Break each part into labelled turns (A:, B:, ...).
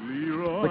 A: The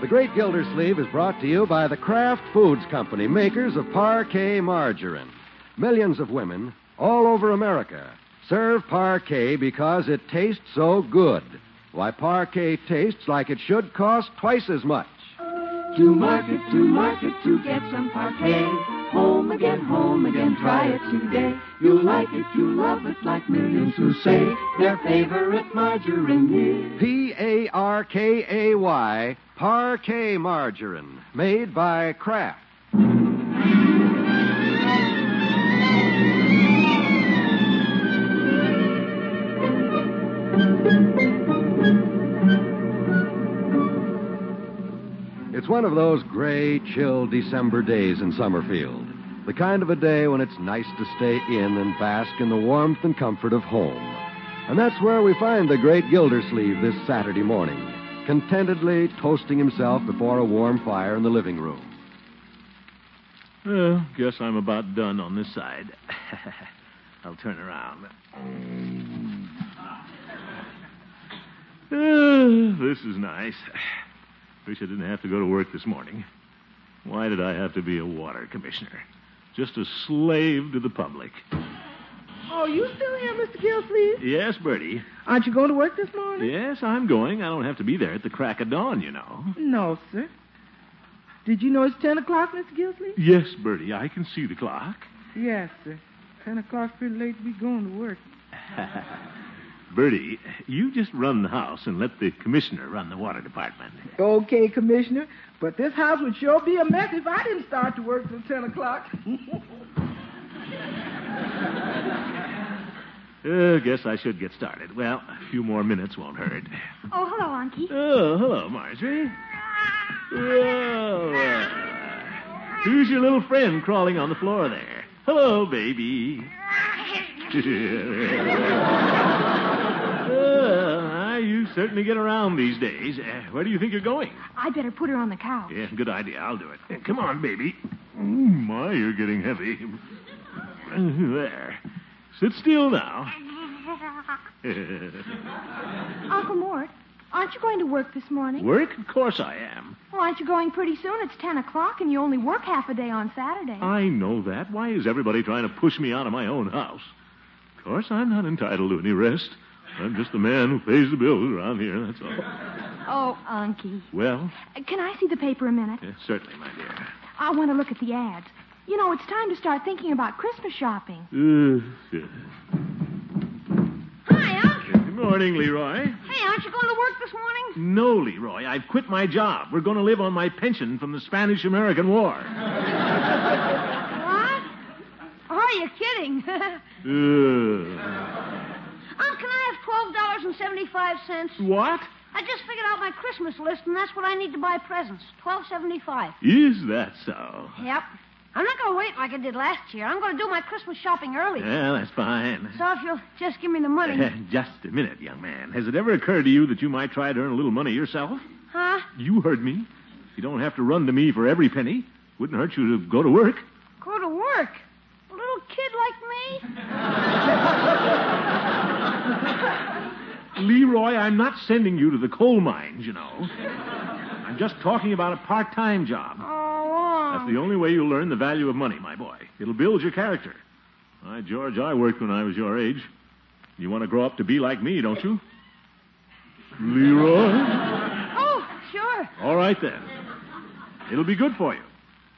A: The Great Gildersleeve is brought to you by the Kraft Foods Company, makers of parquet margarine. Millions of women all over America serve parquet because it tastes so good. Why, parquet tastes like it should cost twice as much.
B: To market, to market, to get some parquet. Home again, home again, try it today. You'll like it, you love it, like millions who say their favorite margarine is.
A: P A R K A Y, parquet margarine, made by Kraft. It's one of those gray, chill December days in Summerfield. The kind of a day when it's nice to stay in and bask in the warmth and comfort of home. And that's where we find the great Gildersleeve this Saturday morning, contentedly toasting himself before a warm fire in the living room.
C: Well, guess I'm about done on this side. I'll turn around. Ah, this is nice. Wish I didn't have to go to work this morning. Why did I have to be a water commissioner? Just a slave to the public.
D: Oh, you still here, Mr. Gilsleeve?
C: Yes, Bertie.
D: Aren't you going to work this morning?
C: Yes, I'm going. I don't have to be there at the crack of dawn, you know.
D: No, sir. Did you know it's 10 o'clock, Mr. Gilsleeve?
C: Yes, Bertie, I can see the clock.
D: Yes, sir. 10 o'clock's pretty late to be going to work.
C: Bertie, you just run the house and let the commissioner run the water department.
D: Okay, Commissioner, but this house would sure be a mess if I didn't start to work till 10 o'clock. Oh,
C: Uh, guess I should get started. Well, a few more minutes won't hurt.
E: Oh, hello, Unky.
C: Oh, hello, Marjorie. Well, well. Who's your little friend crawling on the floor there? Hello, baby. Uh, you certainly get around these days. Uh, where do you think you're going?
E: I'd better put her on the couch.
C: Yeah, good idea. I'll do it. Uh, Come on, baby. Oh, my, you're getting heavy. Uh, There. Sit still now.
E: Uncle Mort, aren't you going to work this morning?
C: Work? Of course I am.
E: Well, aren't you going pretty soon? It's 10 o'clock, and you only work half a day on Saturday.
C: I know that. Why is everybody trying to push me out of my own house? Of course, I'm not entitled to any rest. I'm just the man who pays the bills around here, that's all.
E: Oh, Unky.
C: Well,
E: Uh, Can I see the paper a minute?
C: yeah, certainly, my dear.
E: I want to look at the ads. You know, it's time to start thinking about Christmas shopping.
C: Uh, yeah.
F: Hi, Unc.
C: Good morning, Leroy.
F: Hey, aren't you going to work this morning?
C: No, Leroy, I've quit my job. We're going to live on my pension from the Spanish American War.
F: What? Are you kidding? Unc,
C: Uh,
F: can I have $12.75?
C: what?
F: I just figured out my Christmas list, and that's what I need to buy presents. Twelve seventy-five.
C: Is that so?
F: Yep. I'm not going to wait like I did last year. I'm going to do my Christmas shopping early.
C: Well, that's fine.
F: So if you'll just give me the money,
C: Just a minute, young man. Has it ever occurred to you that you might try to earn a little money yourself?
F: huh?
C: You heard me. You don't have to run to me for every penny. Wouldn't hurt you to go to work.
F: Go to work. A little kid like me?
C: Leroy, I'm not sending you to the coal mines, you know. I'm just talking about a part time job.
F: Oh,
C: That's the only way you'll learn the value of money, my boy. It'll build your character. Why, George, I worked when I was your age. You want to grow up to be like me, don't you? Leroy?
F: oh, sure,
C: All right, then. It'll be good for you.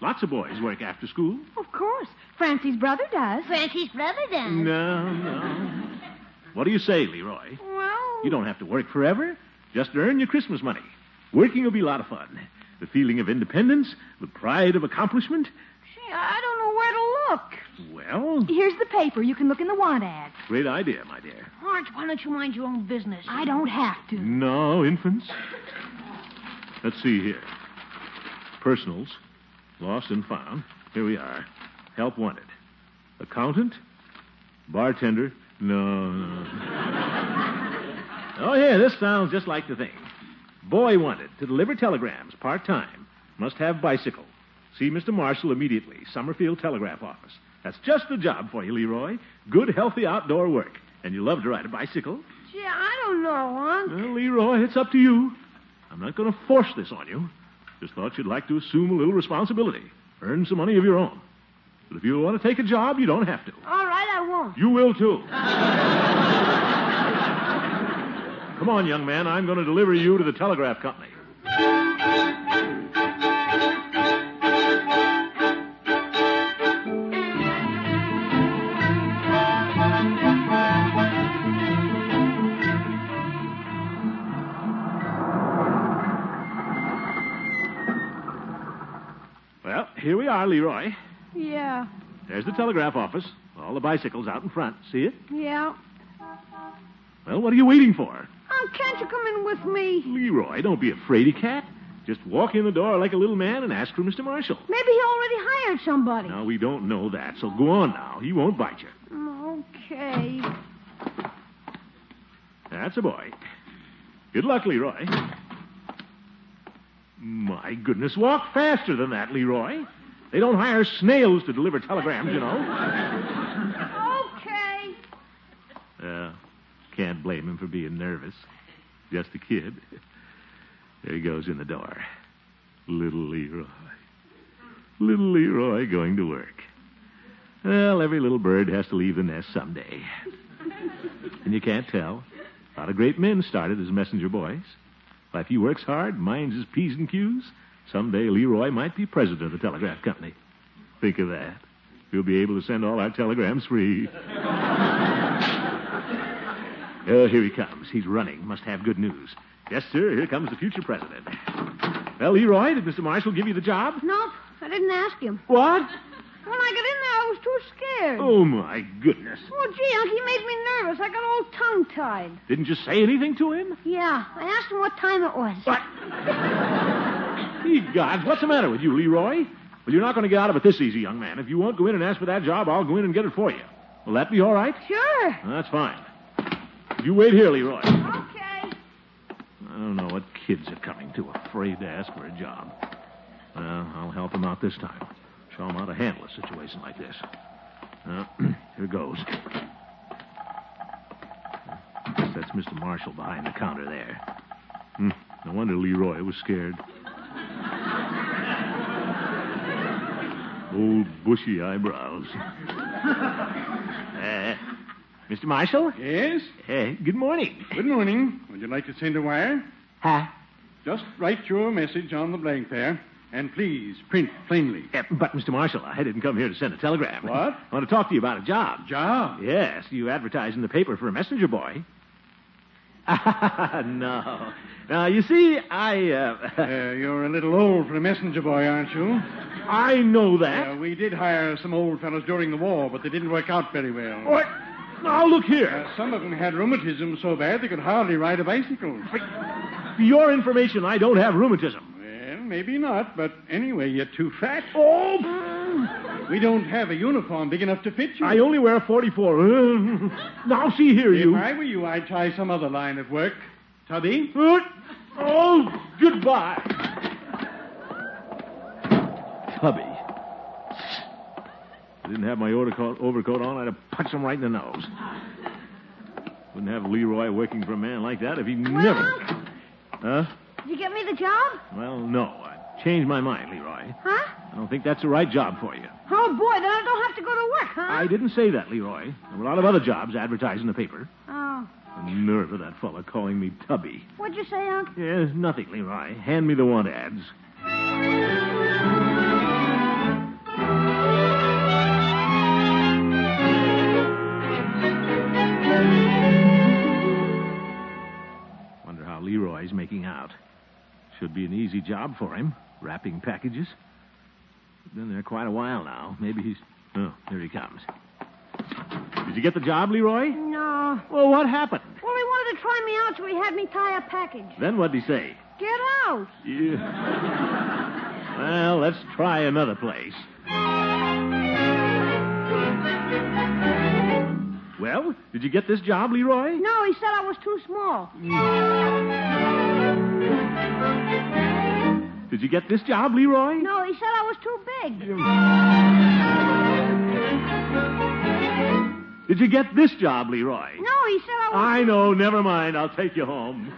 C: Lots of boys work after school.
E: Of course. Francie's brother does.
F: Francie's brother does.
C: No, no. What do you say, Leroy?
F: Well,
C: You don't have to work forever. Just earn your Christmas money. Working will be a lot of fun. The feeling of independence, the pride of accomplishment.
F: gee, I don't know where to look.
C: Well,
E: Here's the paper. You can look in the want ads.
C: great idea, my dear.
F: Orange, why don't you mind your own business?
E: I don't have to.
C: No, infants. Let's see here. Personals, lost and found. Here we are. Help wanted. Accountant? Bartender? No, no. oh, yeah, this sounds just like the thing. Boy wanted to deliver telegrams part time. Must have bicycle. See Mr. Marshall immediately. Summerfield Telegraph Office. That's just the job for you, Leroy. Good, healthy outdoor work. And you love to ride a bicycle.
F: Gee, I don't know, Unc.
C: Well, Leroy, it's up to you. I'm not going to force this on you. Just thought you'd like to assume a little responsibility, earn some money of your own. But if you want to take a job, you don't have to.
F: All right, I won't.
C: You will too. Come on, young man. I'm going to deliver you to the telegraph company. Well, Here we are, Leroy.
F: Yeah,
C: There's the telegraph office. All the bicycles out in front. See it?
F: yeah.
C: Well, what are you waiting for?
F: Unc, can't you come in with me?
C: Leroy, don't be afraid, of cat. Just walk in the door like a little man and ask for Mr. Marshall.
F: Maybe he already hired somebody.
C: Now, we don't know that, so go on now. He won't bite you.
F: Okay.
C: That's a boy. Good luck, Leroy. My goodness, walk faster than that, Leroy. They don't hire snails to deliver telegrams, you know.
F: Okay.
C: Uh, can't blame him for being nervous. Just a kid. There he goes in the door. Little Leroy. Little Leroy going to work. Well, every little bird has to leave the nest someday. and you can't tell. A lot of great men started as messenger boys. Why, if he works hard, minds his P's and Q's, someday Leroy might be president of the telegraph company. Think of that. We'll be able to send all our telegrams free. Oh, here he comes. He's running. Must have good news. Yes, sir. Here comes the future president. Well, Leroy, did Mr. Marshall give you the job?
F: Nope, I didn't ask him.
C: What?
F: When I got in there, I was too scared.
C: Oh, my goodness.
F: Well, gee, Unc, he made me nervous. I got all tongue-tied.
C: Didn't you say anything to him?
F: Yeah, I asked him what time it was.
C: What? Ye gods, what's the matter with you, Leroy? Well, you're not going to get out of it this easy, young man. If you won't go in and ask for that job, I'll go in and get it for you. Will that be all right?
F: Sure.
C: That's fine. You wait here, Leroy. I
F: Okay.
C: don't know what kids are coming to, afraid to ask for a job. Well, I'll help him out this time. Show him how to handle a situation like this. Uh, here goes. Guess that's Mr. Marshall behind the counter there. Hmm, no wonder Leroy was scared. Old bushy eyebrows. Uh, Mr. Marshall?
G: Yes?
C: Hey, good morning.
G: Good morning. Would you like to send a wire?
C: Huh?
G: Just write your message on the blank there, and please print plainly.
C: Yeah, but, Mr. Marshall, I didn't come here to send a telegram.
G: What?
C: I want to talk to you about a job.
G: Job.
C: Yes, you advertised in the paper for a messenger boy. no. Now, Uh, you see, I,
G: Uh,
C: uh,
G: you're a little old for a messenger boy, aren't you?
C: I know
G: Uh,
C: that.
G: we did hire some old fellows during the war, but they didn't work out very well.
C: What? Now, look
G: Uh,
C: here.
G: some of them had rheumatism so bad they could hardly ride a bicycle.
C: For your information, I don't have rheumatism.
G: Well, maybe not, but anyway, you're too fat.
C: Oh,
G: We don't have a uniform big enough to fit you.
C: I only wear a 44. now, see here,
G: If
C: you.
G: I were you, I'd try some other line of work. Tubby?
C: Oh, goodbye. Tubby. If I didn't have my overcoat, overcoat on, I'd have punched him right in the nose. Wouldn't have Leroy working for a man like that if he never. Huh?
F: Did you get me the job?
C: Well, no. I changed my mind, Leroy.
F: Huh?
C: I don't think that's the right job for you.
F: Oh, boy, then I don't have to go to work, huh?
C: I didn't say that, Leroy. There were a lot of other jobs advertised in the paper.
F: Oh.
C: The nerve of that fella calling me Tubby.
F: What'd you say, Unc?
C: Yes, nothing, Leroy. Hand me the want ads. Wonder how Leroy's making out. Should be an easy job for him, wrapping packages. Been there quite a while now. Maybe he's. Oh, here he comes. Did you get the job, Leroy?
F: No.
C: Well, what happened?
F: Well, he wanted to try me out, so he had me tie a package.
C: Then what'd he say?
F: Get out.
C: Yeah. well, let's try another place. Well, did you get this job, Leroy?
F: No, he said I was too small.
C: Did you get this job, Leroy?
F: No, he said I was too big.
C: Did you get this job, Leroy?
F: No, he said I was.
C: I know. Never mind. I'll take you home.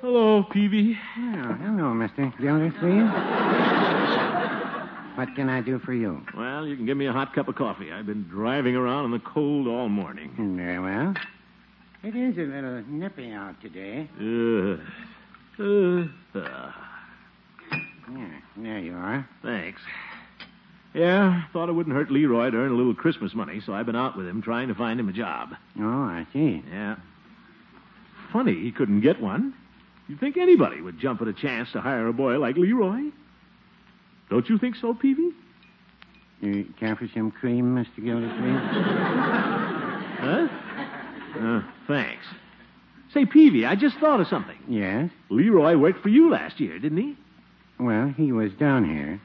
C: Hello, Peavy.
H: Oh, hello, Mr. Gilder, please. what can I do for you?
C: Well, you can give me a hot cup of coffee. I've been driving around in the cold all morning.
H: Very well. It is a little nippy out today.
C: Ugh. Ugh. Ah,
H: Yeah, there you are.
C: thanks. Yeah, thought it wouldn't hurt Leroy to earn a little Christmas money, so I've been out with him trying to find him a job.
H: Oh, I see.
C: Yeah. Funny he couldn't get one. You'd think anybody would jump at a chance to hire a boy like Leroy. Don't you think so, Peavy?
H: You care for some cream, Mr. Gildersleeve?
C: Huh? Uh, thanks. Say, Peavy, I just thought of something.
H: yes.
C: Leroy worked for you last year, didn't he?
H: Well, he was down here.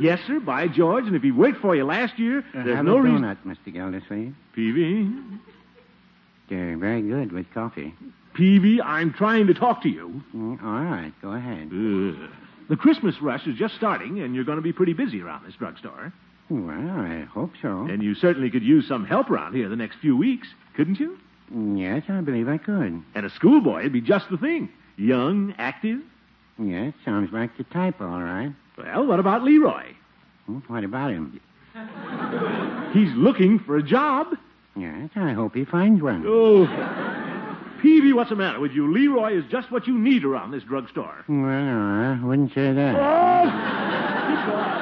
C: Yes, sir, by George. And if he worked for you last year,
H: Uh,
C: there's
H: have
C: no
H: a
C: reason.
H: donut, Mr. Gildersleeve.
C: Peavy?
H: They're very good with coffee.
C: Peavy, I'm trying to talk to you.
H: Mm, all right, go ahead.
C: Ugh. The Christmas rush is just starting, and you're going to be pretty busy around this drugstore.
H: Well, I hope so.
C: And you certainly could use some help around here the next few weeks, couldn't you?
H: Yes, I believe I could.
C: And a schoolboy would be just the thing. Young, active.
H: Yes, sounds like the type, all right.
C: Well, what about Leroy?
H: Hmm, What about him?
C: He's looking for a job.
H: Yes, I hope he finds one.
C: Oh. Peavy, what's the matter with you? Leroy is just what you need around this drugstore.
H: Well, I wouldn't say that.
C: Oh!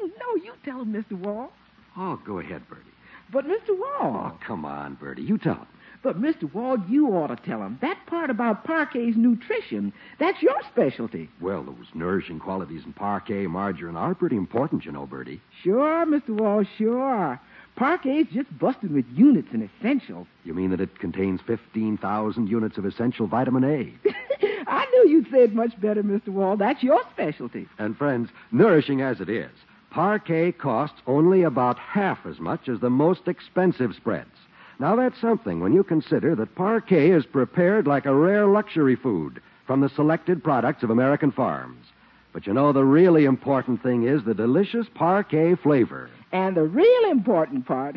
D: no, you tell him, Mr. Wall.
A: Oh, go ahead, Bertie.
D: But, Mr. Wall.
A: Oh, come on, Bertie. You tell him.
D: But, Mr. Wall, you ought to tell him. That part about Parquet's nutrition, that's your specialty.
A: Well, those nourishing qualities in parquet, margarine are pretty important, you know, Bertie.
D: Sure, Mr. Wall, sure. Parquet's just busted with units and essentials.
A: You mean that it contains 15,000 units of essential vitamin A?
D: I knew you'd say it much better, Mr. Wall. That's your specialty.
A: And friends, nourishing as it is, parquet costs only about half as much as the most expensive spreads. Now that's something when you consider that parquet is prepared like a rare luxury food from the selected products of American farms. But you know, the really important thing is the delicious parquet flavor.
D: And the real important part,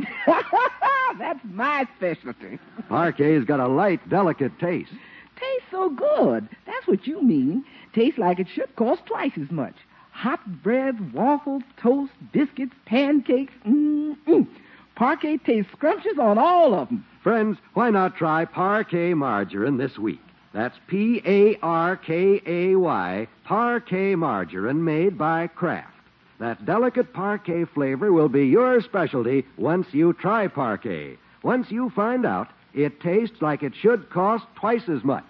D: that's my specialty.
A: Parquet's got a light, delicate taste.
D: Tastes so good. That's what you mean. Tastes like it should cost twice as much. Hot bread, waffles, toast, biscuits, pancakes. Mm-mm. Parquet tastes scrumptious on all of them.
A: Friends, why not try Parquet Margarine this week? That's P A R K A Y, Parquet Margarine made by Kraft. That delicate parquet flavor will be your specialty once you try parquet. Once you find out, it tastes like it should cost twice as much.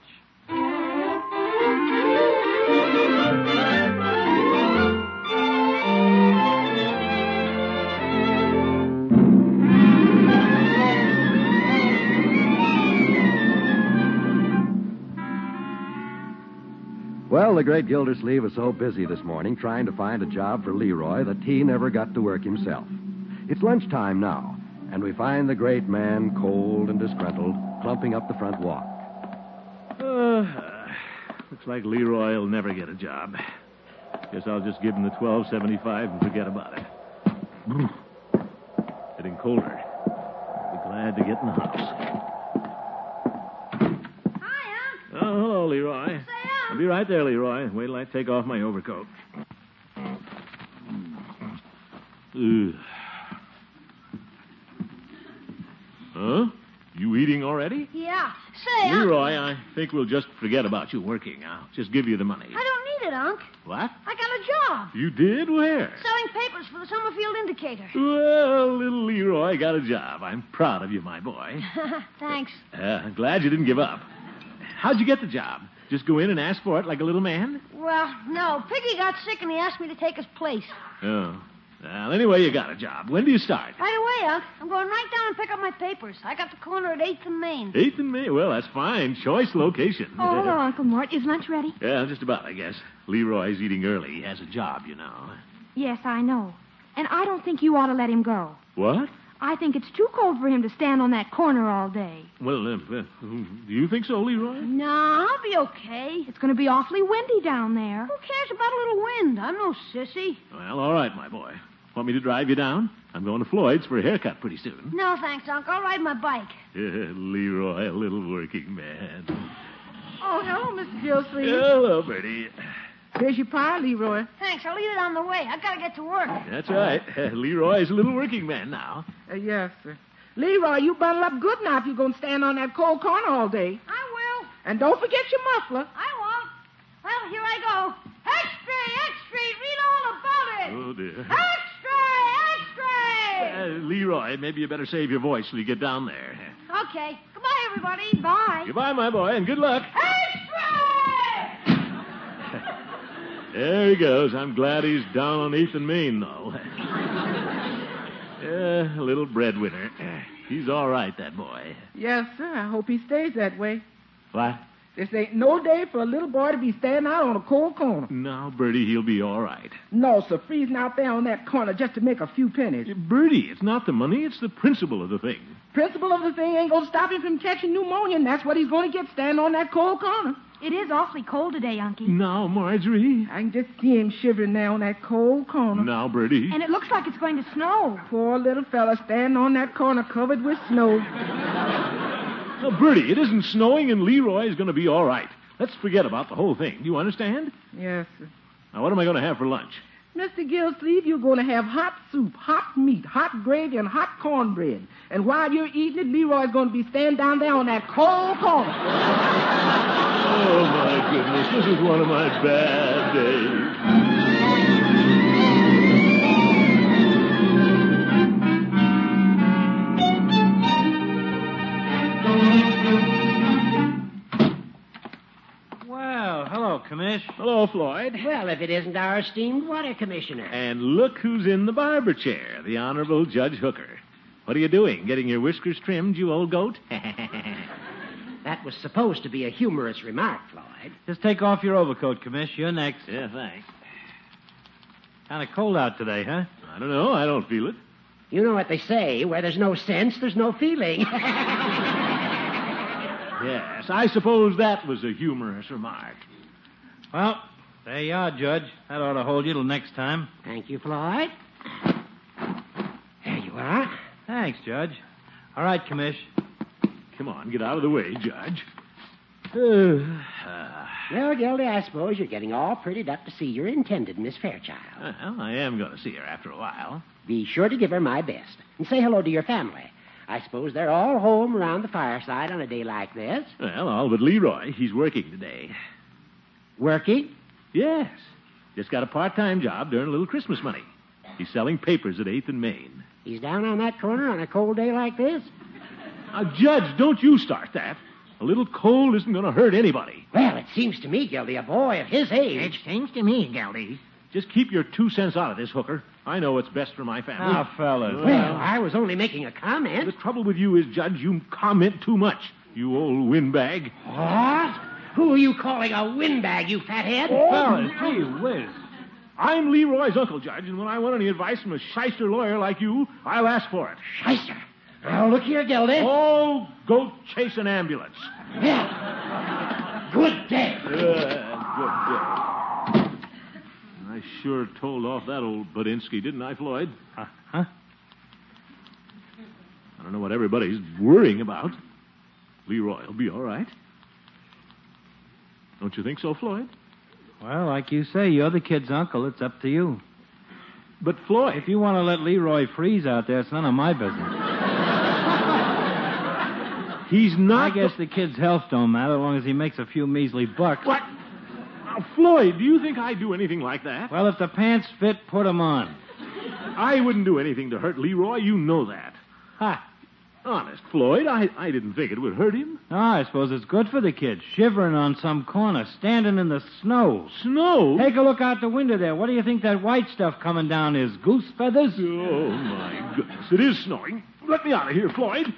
A: Well, the great Gildersleeve was so busy this morning trying to find a job for Leroy that he never got to work himself. It's lunchtime now, and we find the great man, cold and disgruntled, clumping up the front walk.
C: Uh, looks like Leroy will never get a job. Guess I'll just give him the twelve seventy-five and forget about it. Getting colder. Be glad to get in the house.
F: Hi, Unc.
C: Oh, hello, Leroy.
F: Say, Unc.
C: I'll be right there, Leroy. Wait till I take off my overcoat. Ugh. Huh? You eating already?
F: Yeah. Say, Unc.
C: Leroy, I think we'll just forget about you working. I'll just give you the money.
F: I don't need it, did, Unc.
C: What?
F: I got a job
C: You did? Where?
F: selling papers for the Summerfield Indicator.
C: Well, little Leroy got a job. I'm proud of you, my boy.
F: Thanks.
C: Uh, I'm glad you didn't give up. How'd you get the job? Just go in and ask for it like a little man?
F: Well, no, Piggy got sick and he asked me to take his place.
C: Oh. Well, anyway, you got a job. When do you start?
F: Right away, Unc. I'm going right down and pick up my papers. I got the corner at 8th and Main.
C: Eighth and May. Well, that's fine. Choice location.
E: Oh, hello, Uncle Mort. Is lunch ready?
C: yeah, just about, I guess. Leroy's eating early. He has a job, you know.
E: Yes, I know. And I don't think you ought to let him go.
C: What?
E: I think it's too cold for him to stand on that corner all day.
C: Well, uh, uh, do you think so, Leroy?
F: No, I'll be okay.
E: It's going to be awfully windy down there.
F: Who cares about a little wind? I'm no sissy.
C: Well, all right, my boy. Want me to drive you down? I'm going to Floyd's for a haircut pretty soon.
F: No, thanks, Unc. I'll ride my bike.
C: Leroy, a little working man.
D: Oh, hello, Mr. Gilsleeve.
C: Hello, Bertie.
D: There's your pie, Leroy.
F: Thanks. I'll leave it on the way. I gotta get to work.
C: That's right. Leroy's a little working man now.
D: Uh, yes, sir. Leroy, you bundle up good now if you're going to stand on that cold corner all day.
F: I will.
D: And don't forget your muffler.
F: I won't. Well, here I go. Extra, extra. Read all about it.
C: Oh, dear. Uh,
F: Extra,
C: Leroy, maybe you better save your voice till you get down there.
F: extra. Okay. Goodbye, everybody. Bye.
C: Goodbye, my boy, and good luck.
F: Extra!
C: There he goes. I'm glad he's down on Eighth and Main, though. uh, a little breadwinner. Uh, He's all right, that boy.
D: Yes, sir. I hope he stays that way.
C: What?
D: This ain't no day for a little boy to be standing out on a cold corner.
C: Now, Bertie, he'll be all right.
D: No, sir, freezing out there on that corner just to make a few pennies.
C: Uh, Bertie, it's not the money, it's the principle of the thing.
D: Principle of the thing ain't going to stop him from catching pneumonia, and that's what he's going to get standing on that cold corner.
E: It is awfully cold today, Unky.
C: Now, Marjorie.
D: I can just see him shivering there on that cold corner.
C: Now, Bertie.
E: And it looks like it's going to snow.
D: Poor little fella standing on that corner covered with snow.
C: Now, Bertie, it isn't snowing, and Leroy is going to be all right. Let's forget about the whole thing. Do you understand?
D: Yes, sir.
C: Now, what am I going to have for lunch?
D: Mr. Gilsleeve, you're going to have hot soup, hot meat, hot gravy, and hot cornbread. And while you're eating it, Leroy's going to be standing down there on that cold corner.
C: Oh, my goodness. This is one of my bad days.
I: Well, hello, Commish.
C: Hello, Floyd.
H: Well, if it isn't our esteemed water commissioner.
C: And look who's in the barber chair, the Honorable Judge Hooker. What are you doing? Getting your whiskers trimmed, you old goat?
H: That was supposed to be a humorous remark, Floyd.
I: Just take off your overcoat, Commish. You're next.
C: yeah, thanks.
I: Kind of cold out today, huh?
C: I don't know. I don't feel it.
H: You know what they say where there's no sense, there's no feeling.
C: Yes, I suppose that was a humorous remark.
I: Well, there you are, Judge. That ought to hold you till next time.
H: Thank you, Floyd. There you are.
I: Thanks, Judge. All right, Commish.
C: Come on, get out of the way, Judge. Uh,
H: Well, Gildy, I suppose you're getting all prettied up to see your intended Miss Fairchild.
C: well, I am going to see her after a while.
H: Be sure to give her my best. And say hello to your family. I suppose they're all home around the fireside on a day like this.
C: Well, all but Leroy. He's working today.
H: Working?
C: Yes, just got a part-time job to earn a little Christmas money. He's selling papers at 8th and Main.
H: He's down on that corner on a cold day like this.
C: Now, Judge, don't you start that. A little cold isn't going to hurt anybody.
H: Well, it seems to me, Gildy, a boy of his age.
I: seems to me, Gildy.
C: Just keep your two cents out of this, Hooker. I know what's best for my family.
I: Now, fellas.
H: Well, I was only making a
C: uh, the
H: comment.
C: trouble with you is, Judge, you comment too much. You old windbag.
H: What? Who are you calling a windbag, you fathead?
C: Oh,
I: fellas, gee whiz.
C: I'm Leroy's uncle, Judge, and when I want any advice from a shyster lawyer like you, I'll ask for it.
H: Shyster. Now, look here, Gildy.
C: Oh, go chase an ambulance.
H: Yeah. Good day.
C: Uh, good girl. I sure told off that old Budinsky, didn't I, Floyd?
H: Uh,
I: Huh?
C: I don't know what everybody's worrying about. Leroy will be all right. Don't you think so, Floyd?
I: Well, like you say, you're the kid's uncle. It's up to you.
C: But, Floyd,
I: If you want to let Leroy freeze out there, it's none of my business.
C: he's
I: I
C: not.
I: guess the kid's health don't matter as long as he makes a few measly bucks.
C: What? Floyd, do you think I do anything like that?
I: Well, if the pants fit, put 'em on.
C: I wouldn't do anything to hurt Leroy. You know that.
I: Ha!
C: Honest, Floyd, I, I didn't think it would hurt him.
I: Oh, I suppose it's good for the kid, shivering on some corner, standing in the snow.
C: Snow?
I: Take a look out the window there. What do you think that white stuff coming down is? Goose feathers?
C: Oh, my goodness. It is snowing. Let me out of here, Floyd.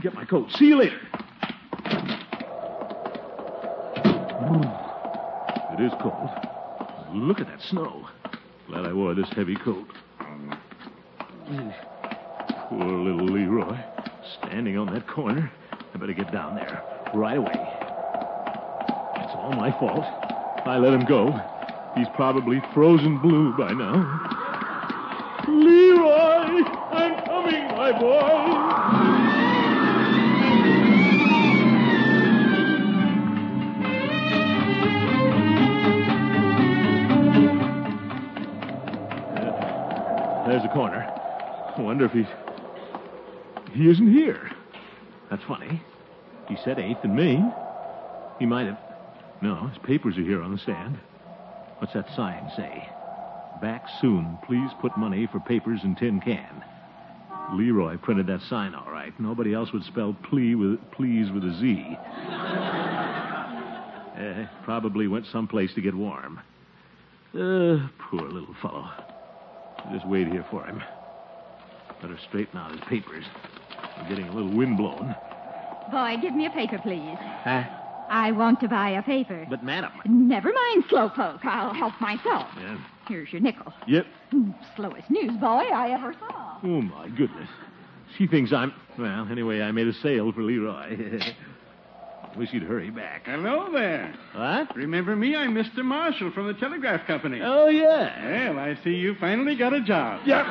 C: Get my coat. See you later. It is cold. Look at that snow. Glad I wore this heavy coat. Poor little Leroy. Standing on that corner. I better get down there right away. It's all my fault. I let him go. He's probably frozen blue by now. Leroy, I'm coming, my boy. There's a corner. I wonder if he's. He isn't here. That's funny. He said 8th and Main. He might have. No, his papers are here on the stand. What's that sign say? Back soon. Please put money for papers and tin can. Leroy printed that sign all right. Nobody else would spell plea with, please with a Z. Eh, probably went someplace to get warm. Uh, poor little fellow. I'll just wait here for him. Better straighten out his papers. I'm getting a little wind blown.
J: Boy, give me a paper, please.
H: Huh?
J: I want to buy a paper.
C: But, madam.
J: Never mind, Slowpoke. I'll help myself.
C: Yeah.
J: Here's your nickel.
C: Yep.
J: Slowest newsboy I ever saw.
C: Oh, my goodness. She thinks I'm. Well, anyway, I made a sale for Leroy. Wish you'd hurry back.
G: Hello there.
C: What?
G: Remember me? I'm Mr. Marshall from the Telegraph Company.
C: Oh, yeah.
G: Well, I see you finally got a job.
C: Yeah.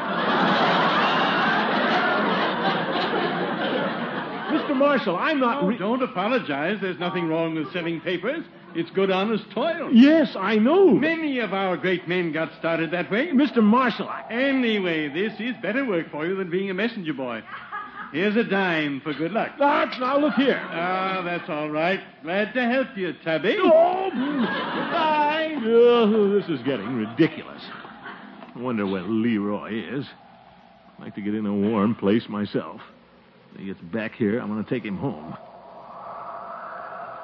C: Mr. Marshall, I'm not.
G: Oh,
C: re-
G: don't apologize. There's nothing wrong with selling papers. It's good, honest toil.
C: Yes, I know.
G: Many of our great men got started that way.
C: Mr. Marshall, I.
G: Anyway, this is better work for you than being a messenger boy. Here's a dime for good luck.
C: Ah, now look here.
G: Ah, that's all right. Glad to help you, Tubby.
C: Oh, bye. Oh, this is getting ridiculous. I wonder where Leroy is. I'd like to get in a warm place myself. When he gets back here, I'm going to take him home.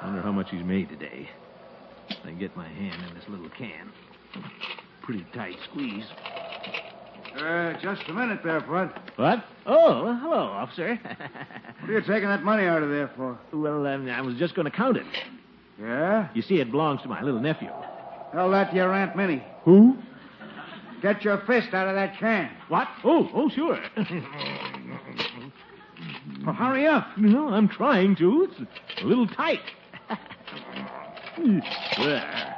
C: Wonder how much he's made today. I get my hand in this little can. Pretty tight squeeze.
K: Uh, just a minute there, Bud.
C: What? Oh, hello, officer.
K: What are you taking that money out of there for?
C: well, um, I was just going to count it.
K: Yeah?
C: You see, it belongs to my little nephew.
K: Tell that to your Aunt Minnie.
C: Who?
K: Get your fist out of that can.
C: What? Oh, oh, sure.
K: Well, hurry up.
C: no, I'm trying to. It's a little tight. there.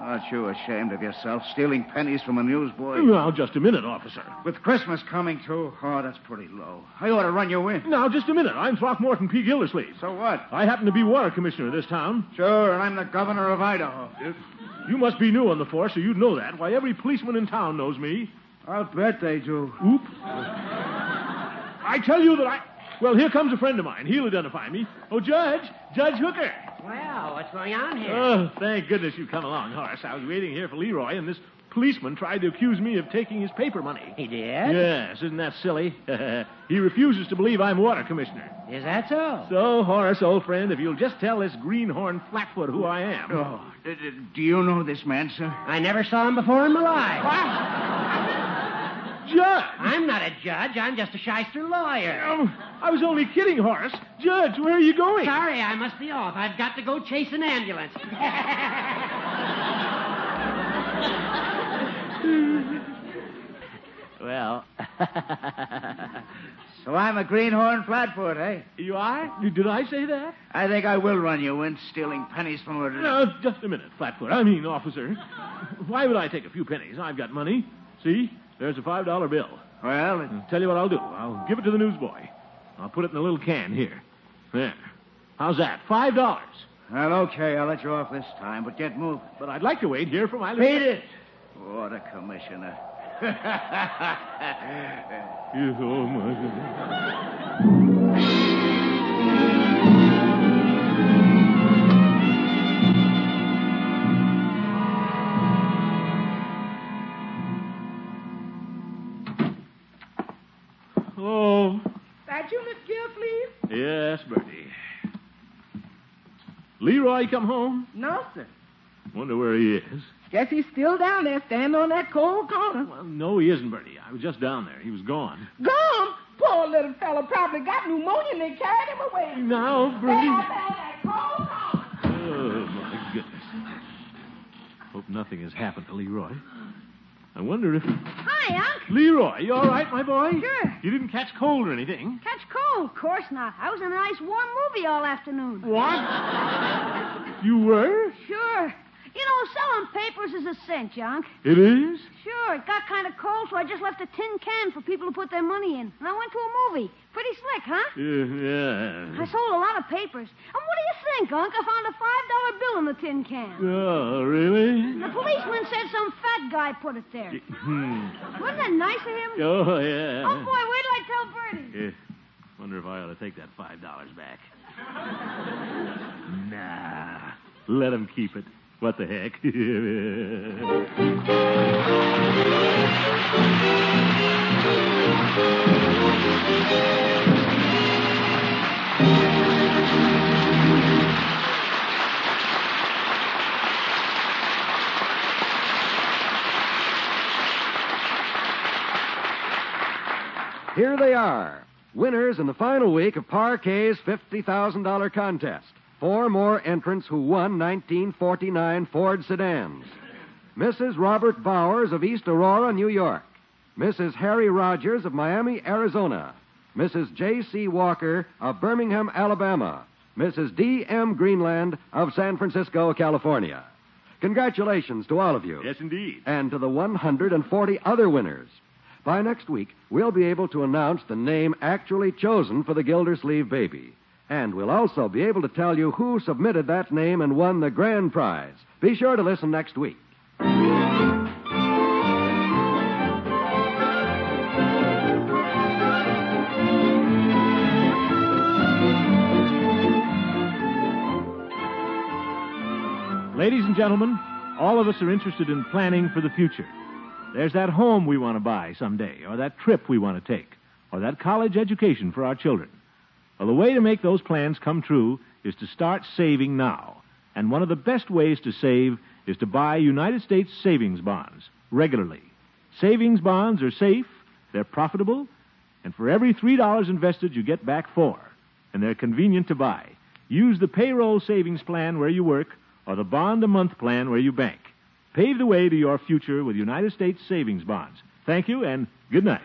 K: Aren't you ashamed of yourself stealing pennies from a newsboy?
C: Now, just a minute, officer.
K: With Christmas coming, too? Oh, that's pretty low. I ought to run you in.
C: Now, just a minute. I'm Throckmorton P. Gildersleeve.
K: So what?
C: I happen to be water commissioner of this town.
K: Sure, and I'm the governor of Idaho.
C: You must be new on the force, so you'd know that. Why, every policeman in town knows me.
K: I'll bet they do.
C: Oop. I tell you that I. Well, here comes a friend of mine. He'll identify me. Oh, Judge. Judge Hooker.
H: Well, what's going on here?
C: Oh, thank goodness you've come along, Horace. I was waiting here for Leroy, and this policeman tried to accuse me of taking his paper money.
H: he did?
C: Yes, isn't that silly? he refuses to believe I'm water commissioner.
H: Is that so?
C: So, Horace, old friend, if you'll just tell this greenhorn Flatfoot who I am.
K: Oh, d- d- do you know this man, sir?
H: I never saw him before in my life.
C: Judge!
H: I'm not a judge. I'm just a shyster lawyer.
C: Um, I was only kidding, Horace. Judge, where are you going?
H: Sorry, I must be off. I've got to go chase an ambulance.
C: Well,
K: So I'm a greenhorn flatfoot, eh?
C: you are? Did I say that?
K: I think I will run you in stealing pennies from a...
C: No, just a minute, Flatfoot. I mean, officer. Why would I take a few pennies? I've got money. See? There's a $5 bill.
K: Well, it-
C: I'll tell you what I'll do. I'll give it to the newsboy. I'll put it in a little can here. There. How's that? Five dollars.
K: well, okay, I'll let you off this time, but get moving.
C: But I'd like to wait here for my little...
K: Beat it. Water commissioner.
C: Yes, oh, my goodness. Oh.
D: That you, Miss Gilfleet?
C: Yes, Bertie. Leroy come home?
D: No, sir.
C: Wonder where he is.
D: Guess he's still down there, standing on that cold corner.
C: Well, no, he isn't, Bertie. I was just down there. He was gone.
D: Gone? Poor little fellow probably got pneumonia and they carried him away.
C: Now,
D: They had to have that cold corner.
C: Oh, my goodness. Hope nothing has happened to Leroy. I wonder if.
F: Hi, Unc.
C: Leroy, you all right, my boy?
F: Sure.
C: You didn't catch cold or anything.
F: Catch cold? Of course not. I was in a nice warm movie all afternoon.
C: What? You were?
F: Sure. You know, selling papers is a cinch, Unc.
C: It is?
F: Sure, it got kind of cold, so I just left a tin can for people to put their money in. And I went to a movie. Pretty slick, huh?
C: Uh, yeah.
F: I sold a lot of papers. And what do you think, Unc? I found a $5 bill in the tin can.
C: Oh, really?
F: The policeman said some fat guy put it there.
C: Hmm.
F: Wasn't that nice of him?
C: Oh, yeah.
F: Oh, boy, wait till I tell Bertie.
C: Eh, wonder if I ought to take that five dollars back. nah, let him keep it. What the heck?
A: Here they are, winners in the final week of Parquet's $50,000 contest. Four more entrants who won 1949 Ford sedans. Mrs. Robert Bowers of East Aurora, New York. Mrs. Harry Rogers of Miami, Arizona. Mrs. J.C. Walker of Birmingham, Alabama. Mrs. D.M. Greenland of San Francisco, California. Congratulations to all of you.
C: Yes, indeed.
A: And to the 140 other winners. By next week, we'll be able to announce the name actually chosen for the Gildersleeve baby. And we'll also be able to tell you who submitted that name and won the grand prize. Be sure to listen next week.
C: Ladies and gentlemen, all of us are interested in planning for the future. There's that home we want to buy someday, or that trip we want to take, or that college education for our children. Well, the way to make those plans come true is to start saving now. And one of the best ways to save is to buy United States savings bonds regularly. Savings bonds are safe, they're profitable, and for every $3 invested, you get back 4 and they're convenient to buy. Use the payroll savings plan where you work or the bond a month plan where you bank. Pave the way to your future with United States savings bonds. Thank you and good night.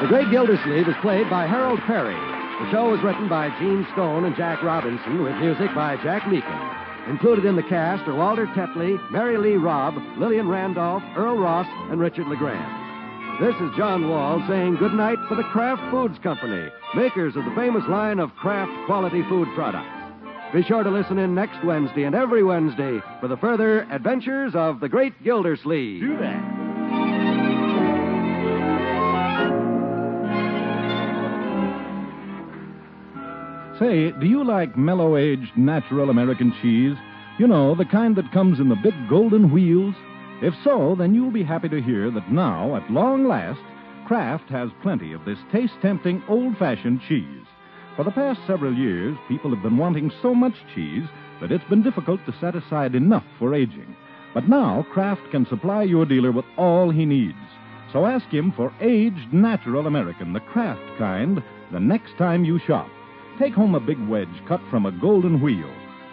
A: The Great Gildersleeve is played by Harold Perry. The show was written by Gene Stone and Jack Robinson with music by Jack Meekin. Included in the cast are Walter Tetley, Mary Lee Robb, Lillian Randolph, Earl Ross, and Richard LeGrand. This is John Wall saying goodnight for the Kraft Foods Company, makers of the famous line of Kraft quality food products. Be sure to listen in next Wednesday and every Wednesday for the further adventures of the Great Gildersleeve.
C: Do that.
L: Say, do you like mellow aged natural American cheese? You know, the kind that comes in the big golden wheels? If so, then you'll be happy to hear that now, at long last, Kraft has plenty of this taste tempting old fashioned cheese. For the past several years, people have been wanting so much cheese that it's been difficult to set aside enough for aging. But now, Kraft can supply your dealer with all he needs. So ask him for aged natural American, the Kraft kind, the next time you shop. Take home a big wedge cut from a golden wheel.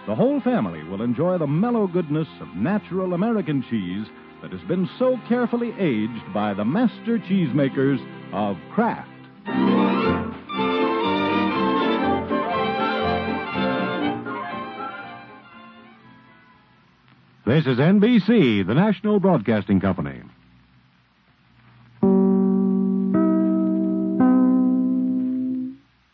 L: The whole family will enjoy the mellow goodness of natural American cheese that has been so carefully aged by the master cheesemakers of Kraft.
M: This is NBC, the national broadcasting company.